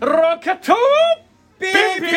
ロケットピンピ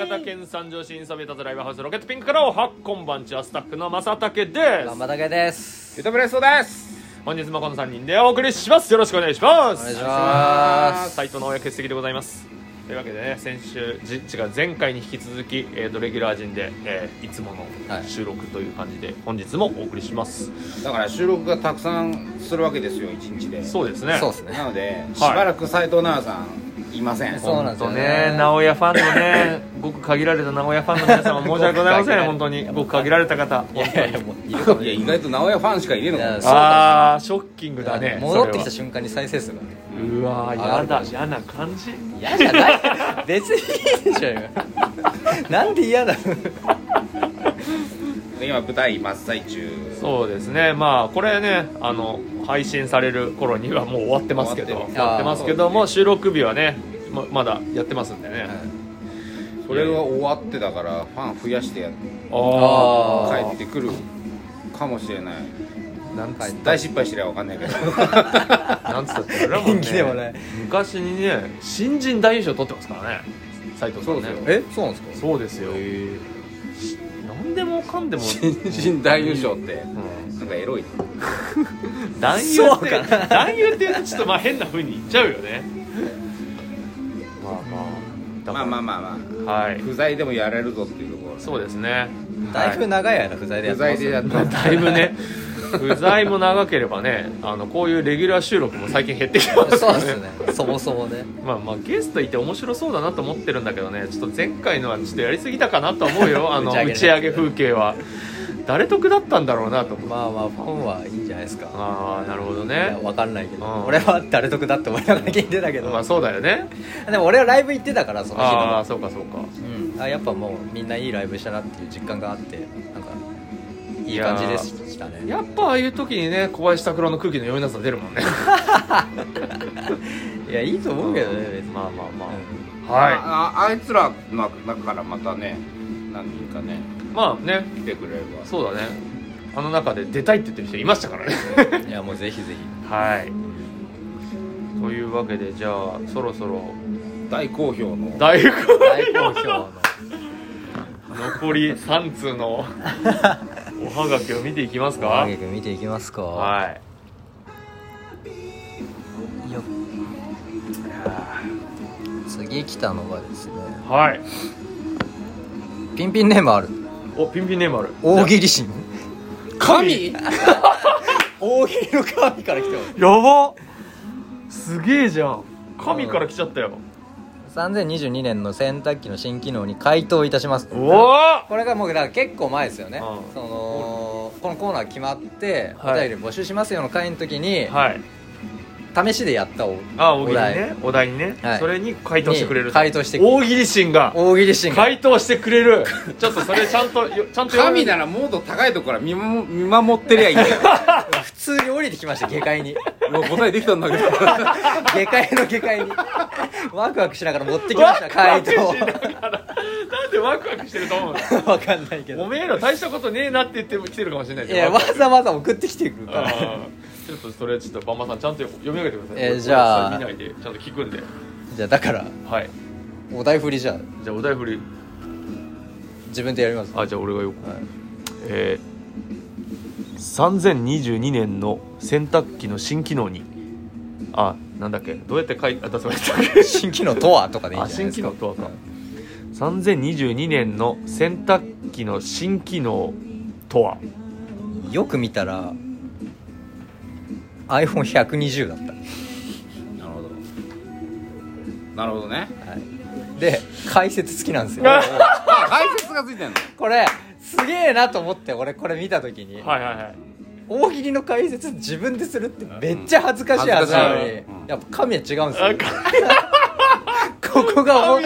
新潟県三条市インサビタズライブハウスロケットピンクからおはこんばんちはスタッフの正竹で頑す張たけですゆとぶれそうです本日もこの3人でお送りしますよろしくお願いしまお願いしすま斉藤直哉欠席でございますというわけでね先週じ違う前回に引き続き、えー、とレギュラー陣で、えーいつものはい収録という感じで、本日もお送りしますだから収録がたくさんするわけですよ一日でそうですねすそうですねなのでしばらく斉藤奈々さんいませんそうなんですよね本当直哉ファンの ねごく限られた直哉ファンの皆様申し訳ございません本当にごく限られた方いやいやもういるかもいや意外と直哉ファンしかいねえのかいやもそうああショッキングだね戻ってきたそ瞬間に再生数がねれはうわーやだ嫌な感じ嫌じゃない別にいいでしょよなんで嫌だ今舞台真っ最中そうですねまあこれねあの配信される頃にはもう終わってますけど終終わわってってるますけども収録日はねままだやってますんでね、それが終わってだからファン増やしてやってああー帰ってくるかもしれないなんつ大失敗してりゃ分かんないけどなんつったって俺らも、ね、 元気でもない昔にね新人大優勝取ってますからね斉藤さんねそうですえそうなんですかそうですよし何でもかんでも 新人大優勝ってうんなんかエロいね男優っそうて男優って言うとちょっとまあ変なふうに言っちゃうよねまあまあまあまあまあまあはいあ不在でもやれるぞっていうところそうですねだいぶ長い間不在でや不ってま在すでやってねますだいぶね不在も長ければねあのこういうレギュラー収録も最近減ってきてますかそうらですねそもそもねまあまあゲストいて面白そうだなと思ってるんだけどねちょっと前回のはちょっとやりすぎたかなと思うよあの 打ち上げ打ち上げ風景は誰得だったんだろうなと思うまあまあファンはいいんじゃないですかああなるほどいやねわかんないけど、うん俺は誰得だって思いながら聞いてたけど、まあそうだよねでも俺はライブ行ってたからその日ああのそうかそうかうん、あやっぱもうみんないいライブしたなっていう実感があってなんかいい感じでしたねやっぱああいう時にね小林拓郎の空気の読みなさ出るもんねいやいいと思うけどね別に、まあまあまうあはあああいつらの中からまたね何人かねいまあね来てくれればそうだねあの中で出たいって言ってる人いました からねんいやもうぜひぜひはいというわけでじゃあそろそろ大好評の大根大好評の残り3通のおはがきを見ていきますかあげく見ていきますか、、はいよ次来たのがですねいはいピンピンネームあるおピンピンネームある大喜利神神大喜利の神から来てますやばすげえじゃん神から来ちゃったよ3022年の洗濯機の新機能に回答いたしますおおこれがもうだから結構前ですよね、うんそのこのコーナー決まって、はいお便り募集しますよの回の時に、はい試しでやったおあ大喜利ねお題にね、はいそれに回答してくれるに回答してくれる大喜利心が大喜利シーンが回答してくれるちょっとそれちゃんと よちゃんと神なだらもっと高いところから見守見守ってりゃいいんだよ普通に降りてきました下界にもう答えできたんだけど 下界の下界にワクワクしながら持ってきました回答しながらなんでワクワクしてると思 うわかんないけのおどめえら大したことねえなって言っても来てるかもしれないいやわざわざ送ってきてくるからあーちょっとそれちょっとバンバさんちゃんと読み上げてくださいえーじゃあ見ないでちゃんと聞くんでじゃあだからはいお題振りじゃあじゃあお題振り自分でやり ますあじゃあ俺がよく、はいえー、3022年の洗濯機の新機能にあなんだっけどうやって書いあ出せばいいんだっけ新機能とはとかでいいんあじゃない新です機か能とはか3022年の洗濯機の新機能とはよく見たら iPhone120 だっなるほどなるほどねた、はい、で解説付きなんで すよあ解説がついてんのこれすげえなと思って俺これ見た時に、はいはいはい大喜利の解説自分でするってめっちゃ恥ずかしいはずなのに、恥ずかしいうんやっぱ神は違うんですよ ここがおも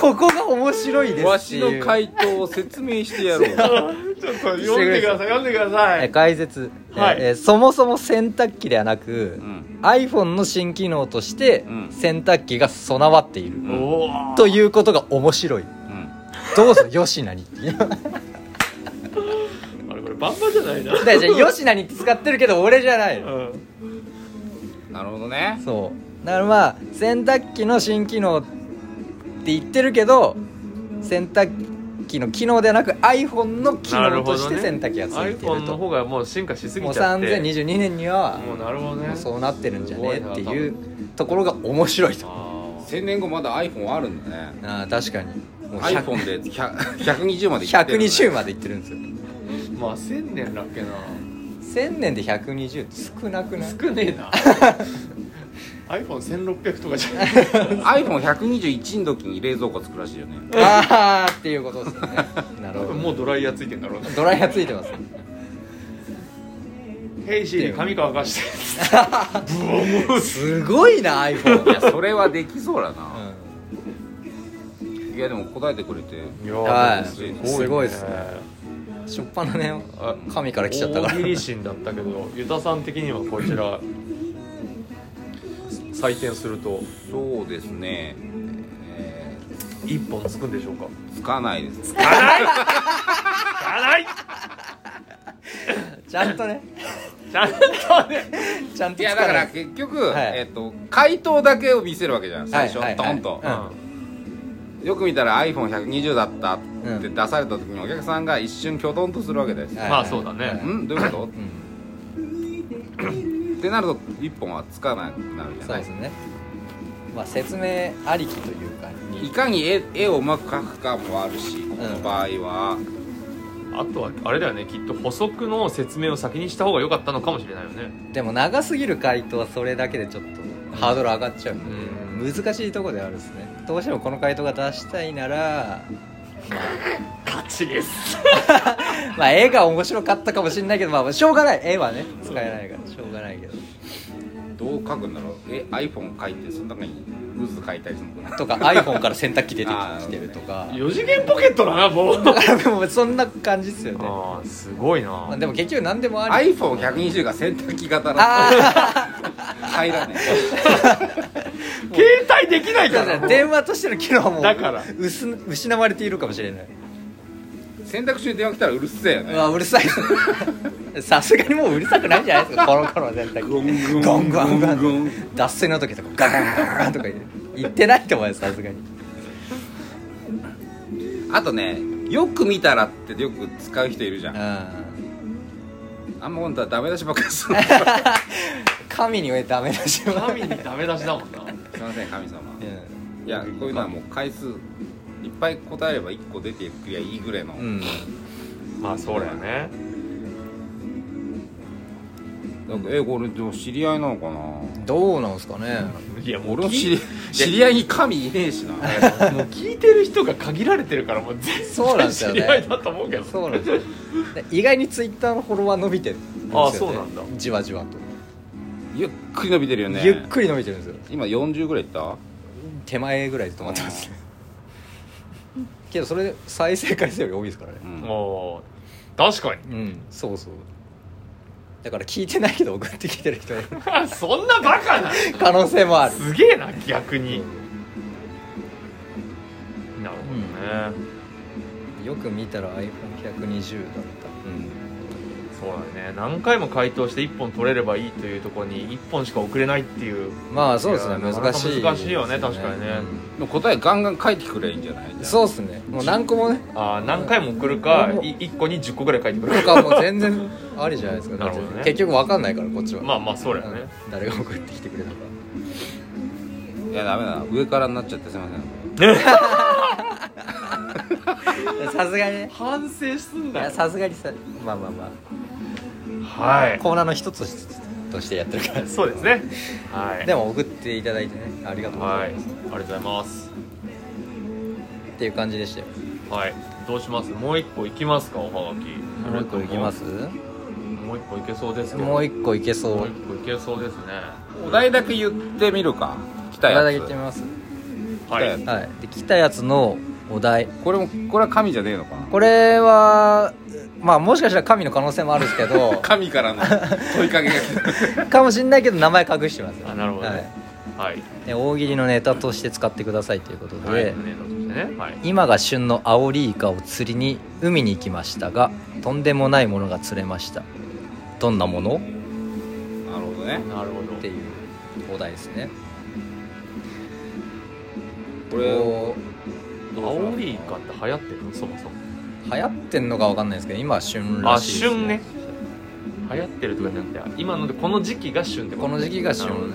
ここが面白いでわすってしいうの回答を説明してやろう ちょっと読んでください読んでくださえい解説、はいえーえーそもそも洗濯機ではなく、うん iPhone の新機能としてうん洗濯機が備わっている、おーということが面白いうんどうぞよしなにっていう あれこれバンバンじゃないなだからじゃあよしなにって使ってるけど俺じゃないのうんなるほどねそうだからまあ洗濯機の新機能って言ってるけど洗濯機の機能ではなく iPhone の機なる能ほどとして洗濯機がついて iPhone るのと方がもう進化しすぎもうちゃって3022年にはもうなるほどねもうそうなってるんじゃねっていすうところが面白いとあー1000年後まだ iPhone あるんだねあー確かにもう iPhone で100 120までいってる、ね、 120までいってるんですよまあ1000年だっけな1000年で120って少なくない少ねえ な iPhone1600 とかじゃない iPhone121 の時に冷蔵庫つくらしいよねああっていうことですよね なるほどもうドライヤーついてんだろうなドライヤーついてます 「ヘイシーに髪乾かして」すごいな iPhone いやそれはできそうだうな、んいやでも答えてくれていやはいねすごいっすねしょっぱなねあ神から来ちゃったから大喜利心だったけどユタさん的にはこちら採点するとそうですね、え一本つくんでしょうかーつかないです辛いちゃんとねちゃんとねちゃんといつやかだなかいら結局、はいえっと回答だけを見せるわけじゃん最初、はいはいトはいンと、うんよく見たら iPhone120 だったってう出された時にお客さんが一瞬きょとんとするわけです、はいまあそうだねはいんどういうこうんとってなると一本はつかなくなるじゃそうなでいすねまあ説明ありきというかいにかに絵絵をうまく描くかもあるしこの場合は、あとはあれだよねきっと補足の説明を先にした方が良かったのかもしれないよねでも長すぎる回答はそれだけでちょっとハードル上がっちゃうのうんで難しいとこではあるですねどうしてもこの回答が出したいなら 勝ちですまあ絵が面白かったかもしれないけどまあしょうがない絵はね使えないからしょうがないけどどう描くんだろうえ iPhone 描いてその中に渦描いたりするのかなとか iPhone から洗濯機出てきてるとか4次元ポケットだなもう でもそんな感じっすよねああすごいまあなでも結局何でもあり iPhone120 が洗濯機型だあ入らない携帯できないかあら電話としての機能もだから失失われているかもしれない洗濯中に電話来たらうるせえようねわうるさ いさすがにもううるさくないじゃないです かこの頃は洗ゴン濯機ゴゴンンゴゴンンゴゴンンゴン脱水の時とかガガガガガンとか言ってないと思いますさすがにあとねよく見たらってよく使う人いるじゃんうん あんま本当はダメ出しばっかりする神にはダメだしま神にダメ出しだもんなすいません神様う いやこういうのはもう回数いっぱい答えれば1個出てくりゃいいぐらいの、ん、まあそうだよねなんかえこれでも知り合いなのかなうん、どうなんすかねいやもう俺の知聞いり知り合いに神いねえしな もう聞いてる人が限られてるからもう全そうな然んです知よねり合いだと思うけどそうなんです よで意外にツイッターのフォロワー伸びてるんですよ、ね、あそうなんだじわじわと、ゆっくり伸びてるよねゆっくり伸びてるんですよ今40ぐらいいった手前ぐらいで止まってますね けどそれ再生回数より多いですからねうんもう確かに うんそうそうだから聞いてないけど送ってきてる人 がいるそんなバカな可能性もあるすげえな逆になるほどね、よく見たら iPhone120 だっそうだね何回も回答して1本取れればいいというところに1本しか送れないっていうたまあそうですいねやなかなか難しいです、難しいよね確かにねでも答えガンガン書いてくれいいんじゃないうんそうですねもう何個もねあー何回も送るか1個に10個ぐらい書いてくとるかもう全然ありじゃないですかなるほどね結局わかんないからこっち はまあまあそうだよね、うん誰が送ってきてくれたかいやダメだ上からになっちゃってすいません さすがにね反省すんいやさすがにさまあまあまはあコーナーの一つとしてとしてやってるからいそうですねはいでも送っていただいてねありがとうごはざいいます、ありがとうございますっていう感じでしたよはいどうしますもう1個いきますかおはがきもう一個いきますもう1個いけそうですけどもう一個いけもそうう一個いけそうですねお題だけ言ってみるか来たいただやいつてみますはいはいで来たやつのお題これもこれは神じゃねえのかなこれはまあもしかしたら神の可能性もあるんですけ ど神からの問いかけが来たかもしんないけど名前隠してますあなるほどねはいはいで大喜利のネタとして使ってくださいということで、はい、ねそしてねはい今が旬のアオリイカを釣りに海に行きましたがとんでもないものが釣れましたどんなものなるほどねなるほどっていうお題ですねここれうアオリイカって流行ってるのそもそも流行ってんのかわかんないですけど今は旬らあしいです、旬ね流行ってるとかじゃなくて今のでこの時期が旬ってことこの時期が旬なるほどね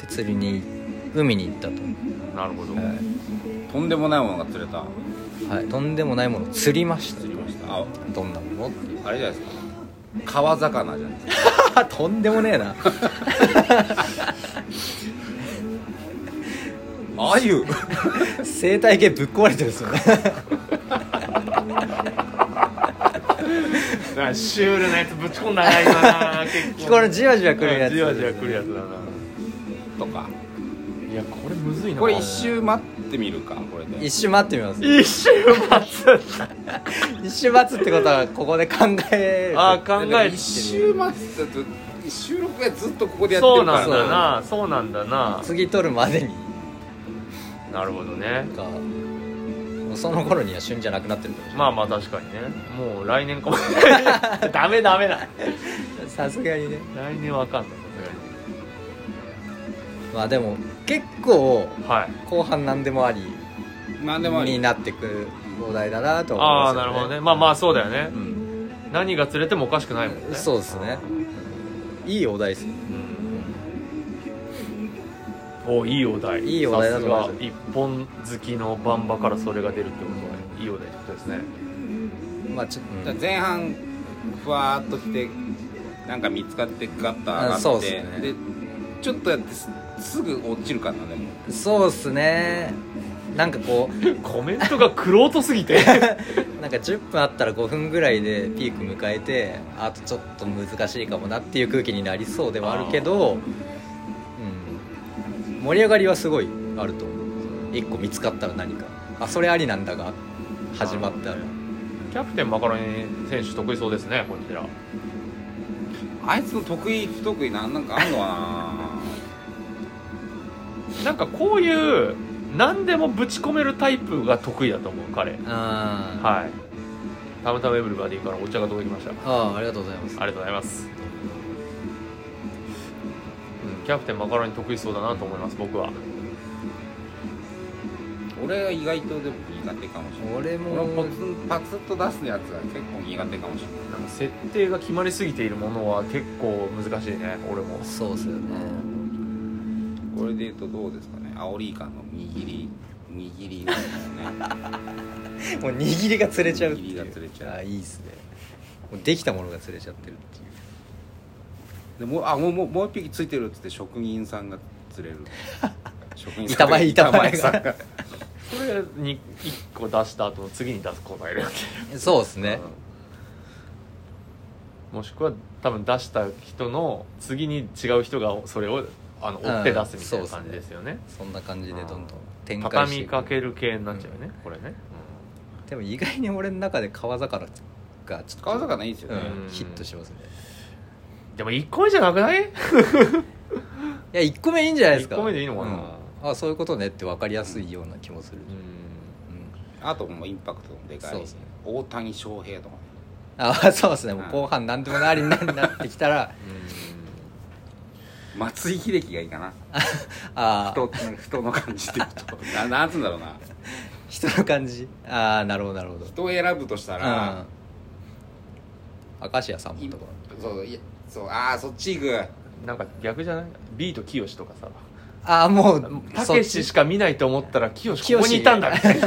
で釣りに海に行ったと、なるほど、はとんでもないものが釣れたいはい、とんでもないものを釣りました釣りましたあどんなものっていうあれじゃないですか川魚じゃないですかあ とんでもねえなあゆ生態系ぶっ壊れてるんですよねなんかシュールなやつぶち込んだな今 な結構 これじわじわくるやつじわじわくるやつだなとかいやこれむずいなこれ一周待ってみるかこれで一周待ってみます一周待つ一周待つってことはここで考えるあ考えて一周待ってたと収録がずっとここでやってそうるかならんだなそうなんだな次取るまでになるほどねかもうその頃には旬じゃなくなってるかもしれまなあいまあ確かにねもう来年かも ダメダメださすがにね来年わかんないまあでも結構はい後半何でもあり何でもあにりなってくお題だなと思いあまあすなるよほどねまあまあそうだよねうん何が釣れてもおかしくないもんねそうですねいいお題ですねおいいお題いいお題だと思いますさすが一本好きのバンバからそれが出るってことはいいお題ってことですねまあちょっじゃあ前半ふわーっときてなんか見つかってガッと上があってそうっすねでちょっとやってすすぐ落ちるかなでもとそうですねなんかこうコメントがくろうとすぎてなんか10分あったら5分ぐらいでピーク迎えてあとちょっと難しいかもなっていう空気になりそうではあるけど、うん、盛り上がりはすごいあると思う1個見つかったら何かあそれありなんだが 始まったらキャプテンマカロニ選手得意そうですねこちらあいつの得意不得意なんなんかあんのかななんかこういう何でもぶち込めるタイプが得意だと思う彼あー、はいたむたむエブリバディからお茶が届きましたあーありがとうございますありがとうございます、うん、キャプテンマカロニ得意そうだなと思います僕は俺は意外とでも苦手かもしれない俺俺ももポツンパツッと出すやつが結構苦手かもしれなんか設定が決まりすぎているものは結構難しいね俺もそうっすよねないこれで言うとどうですかねアオリイカの握り握りなんです ねもう握りが釣れちゃうっていう握りが釣れちゃうあーいいっすねもうできたものが釣れちゃってるっていうでもうあもうもうもう一匹ついてるっつって職人さんが 釣れる職人板前板前がさんがそれに1個出した後の次に出す子がいるわけそうですね、うんもしくは多分出した人の次に違う人がそれをあの追って出すみたいな感じですよね,、そんな感じでどんどん展開して畳いみくかける系になっちゃうよね、これね、でも意外に俺の中で川魚がちょっと川魚いいですよね、んうんヒットしますねうんでも1個目じゃなくないいや1個目いいんじゃないですか1個目でいいのかな、うんあそういうことねって分かりやすいような気もする、うんあともうインパクトもでかいそうですね大谷翔平とかねあそうですねもううん後半何でもなりになってきたら松井秀喜がいいかなああ人人の感じで言うとななんつうんだろうな人の感じああなるほどなるほど人を選ぶとしたら、うん明石家さんいもとかそういやそうああそっち行くうんなんか逆じゃないビートきよしとかさああもうた そっけちししか見ないと思ったらきよしここにいたんだみたい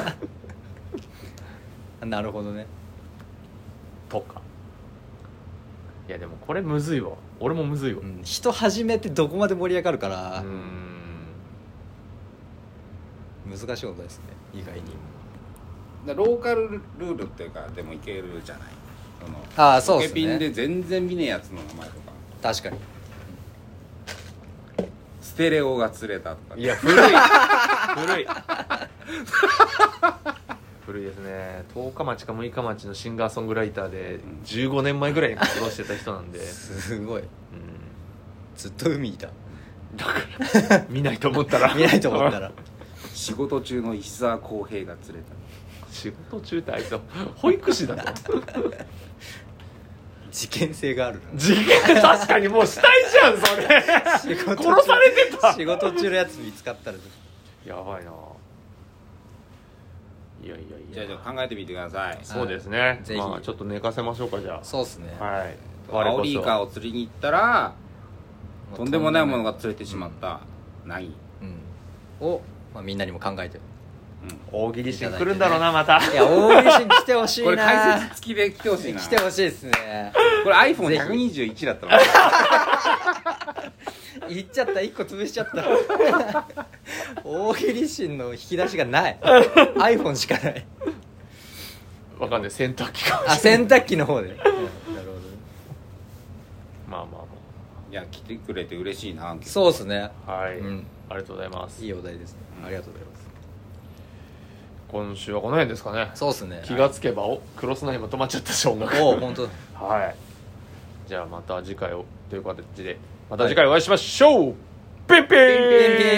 ななるほどねとかいやでもこれむずいわ俺もむずいわうん人始めてどこまで盛り上がるからうーん難しいことですね意外にだローカルルールっていうかでもいけるじゃないそのあーそうっすねポケピンで全然見ねえやつの名前とか確かにステレオが釣れたとかいや 古い古い 古いですね10日町か6日町のシンガーソングライターでん15年前ぐらいに活動してた人なんで、すごいうんずっと海いただから見ないと思ったら 見ないと思ったら仕事中の石澤浩平が釣れた仕事中ってあいつ保育士だぞ事件性があ る事件確かにもう死体じゃんそ れ仕殺されてた仕事中のやつ見つかったらやばいな。いやいやいや。じゃあじゃあ考えてみてくださいそうですね。ぜひまあちょっと寝かせましょうかじゃそうっすね、あ。はい。アオリイカを。を釣りに行ったらまあとんでもないものが釣れてしまった、ない、うん、うんを、まあ、みんなにも考えて大喜利してくるんだろうなまた。いや大西来てほしいなこれ解説付きで来てほしいな来てほしいですねこれ iPhone121 だったの言っちゃった一個潰しちゃった大喜利心の引き出しがない iPhone しかないわかんない洗濯機かもしれあ洗濯機の方でなるほどない。まあまあいや来てくれて嬉しいなってそうですねまあ。はい。うんありがとうございますい。いお題ですねありがとうございます今週はこの辺ですかね。そうですね気がつけばおクロスナインも止まっちゃったし音楽。おお本当だはい。じゃあまた次回をという形でまた次回お会いしましょう。ピンピンピンピン